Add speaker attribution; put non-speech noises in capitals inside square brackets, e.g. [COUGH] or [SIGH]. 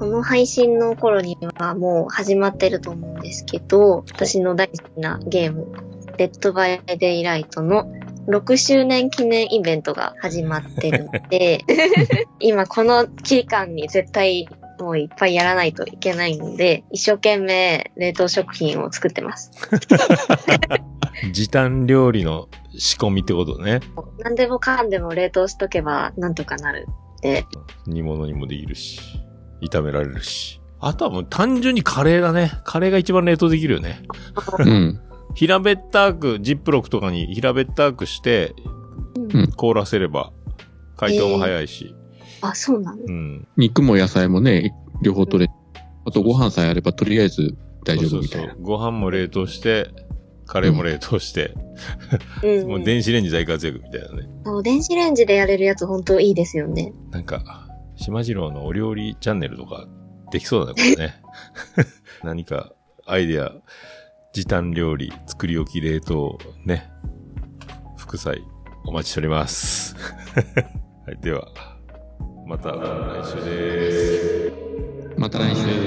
Speaker 1: の配信の頃にはもう始まってると思うんですけど、私の大好きなゲーム、デッドバイデイライトの6周年記念イベントが始まってるので、今この期間に絶対もういっぱいやらないといけないので、一生懸命冷凍食品を作ってます。
Speaker 2: 時短料理の仕込みってことね。
Speaker 1: 何でもかんでも冷凍しとけばなんとかなるって。
Speaker 2: 煮物にもできるし、炒められるし。あとはもう単純にカレーだね。カレーが一番冷凍できるよね。
Speaker 3: うん。
Speaker 2: 平べったく、ジップロックとかに平べったくして
Speaker 3: ん、
Speaker 2: 凍らせれば、解凍も早いし。
Speaker 1: あ、そうなの
Speaker 2: うん。
Speaker 3: 肉も野菜もね、両方取れ、あとご飯さえあればとりあえず大丈夫みた
Speaker 2: そう
Speaker 3: い
Speaker 2: そ
Speaker 3: な
Speaker 2: う。そうご飯も冷凍して、カレーも冷凍して、
Speaker 1: うん。
Speaker 2: もう電子レンジ大活躍みたいなね。
Speaker 1: そう電子レンジでやれるやつ本当いいですよね。
Speaker 2: なんか、島次郎のお料理チャンネルとか、できそうだね、これね。 [LAUGHS] 何か、アイデア、時短料理、作り置き冷凍、ね。副菜、お待ちしております。 [LAUGHS] はい、では、また来週です。
Speaker 3: また来週。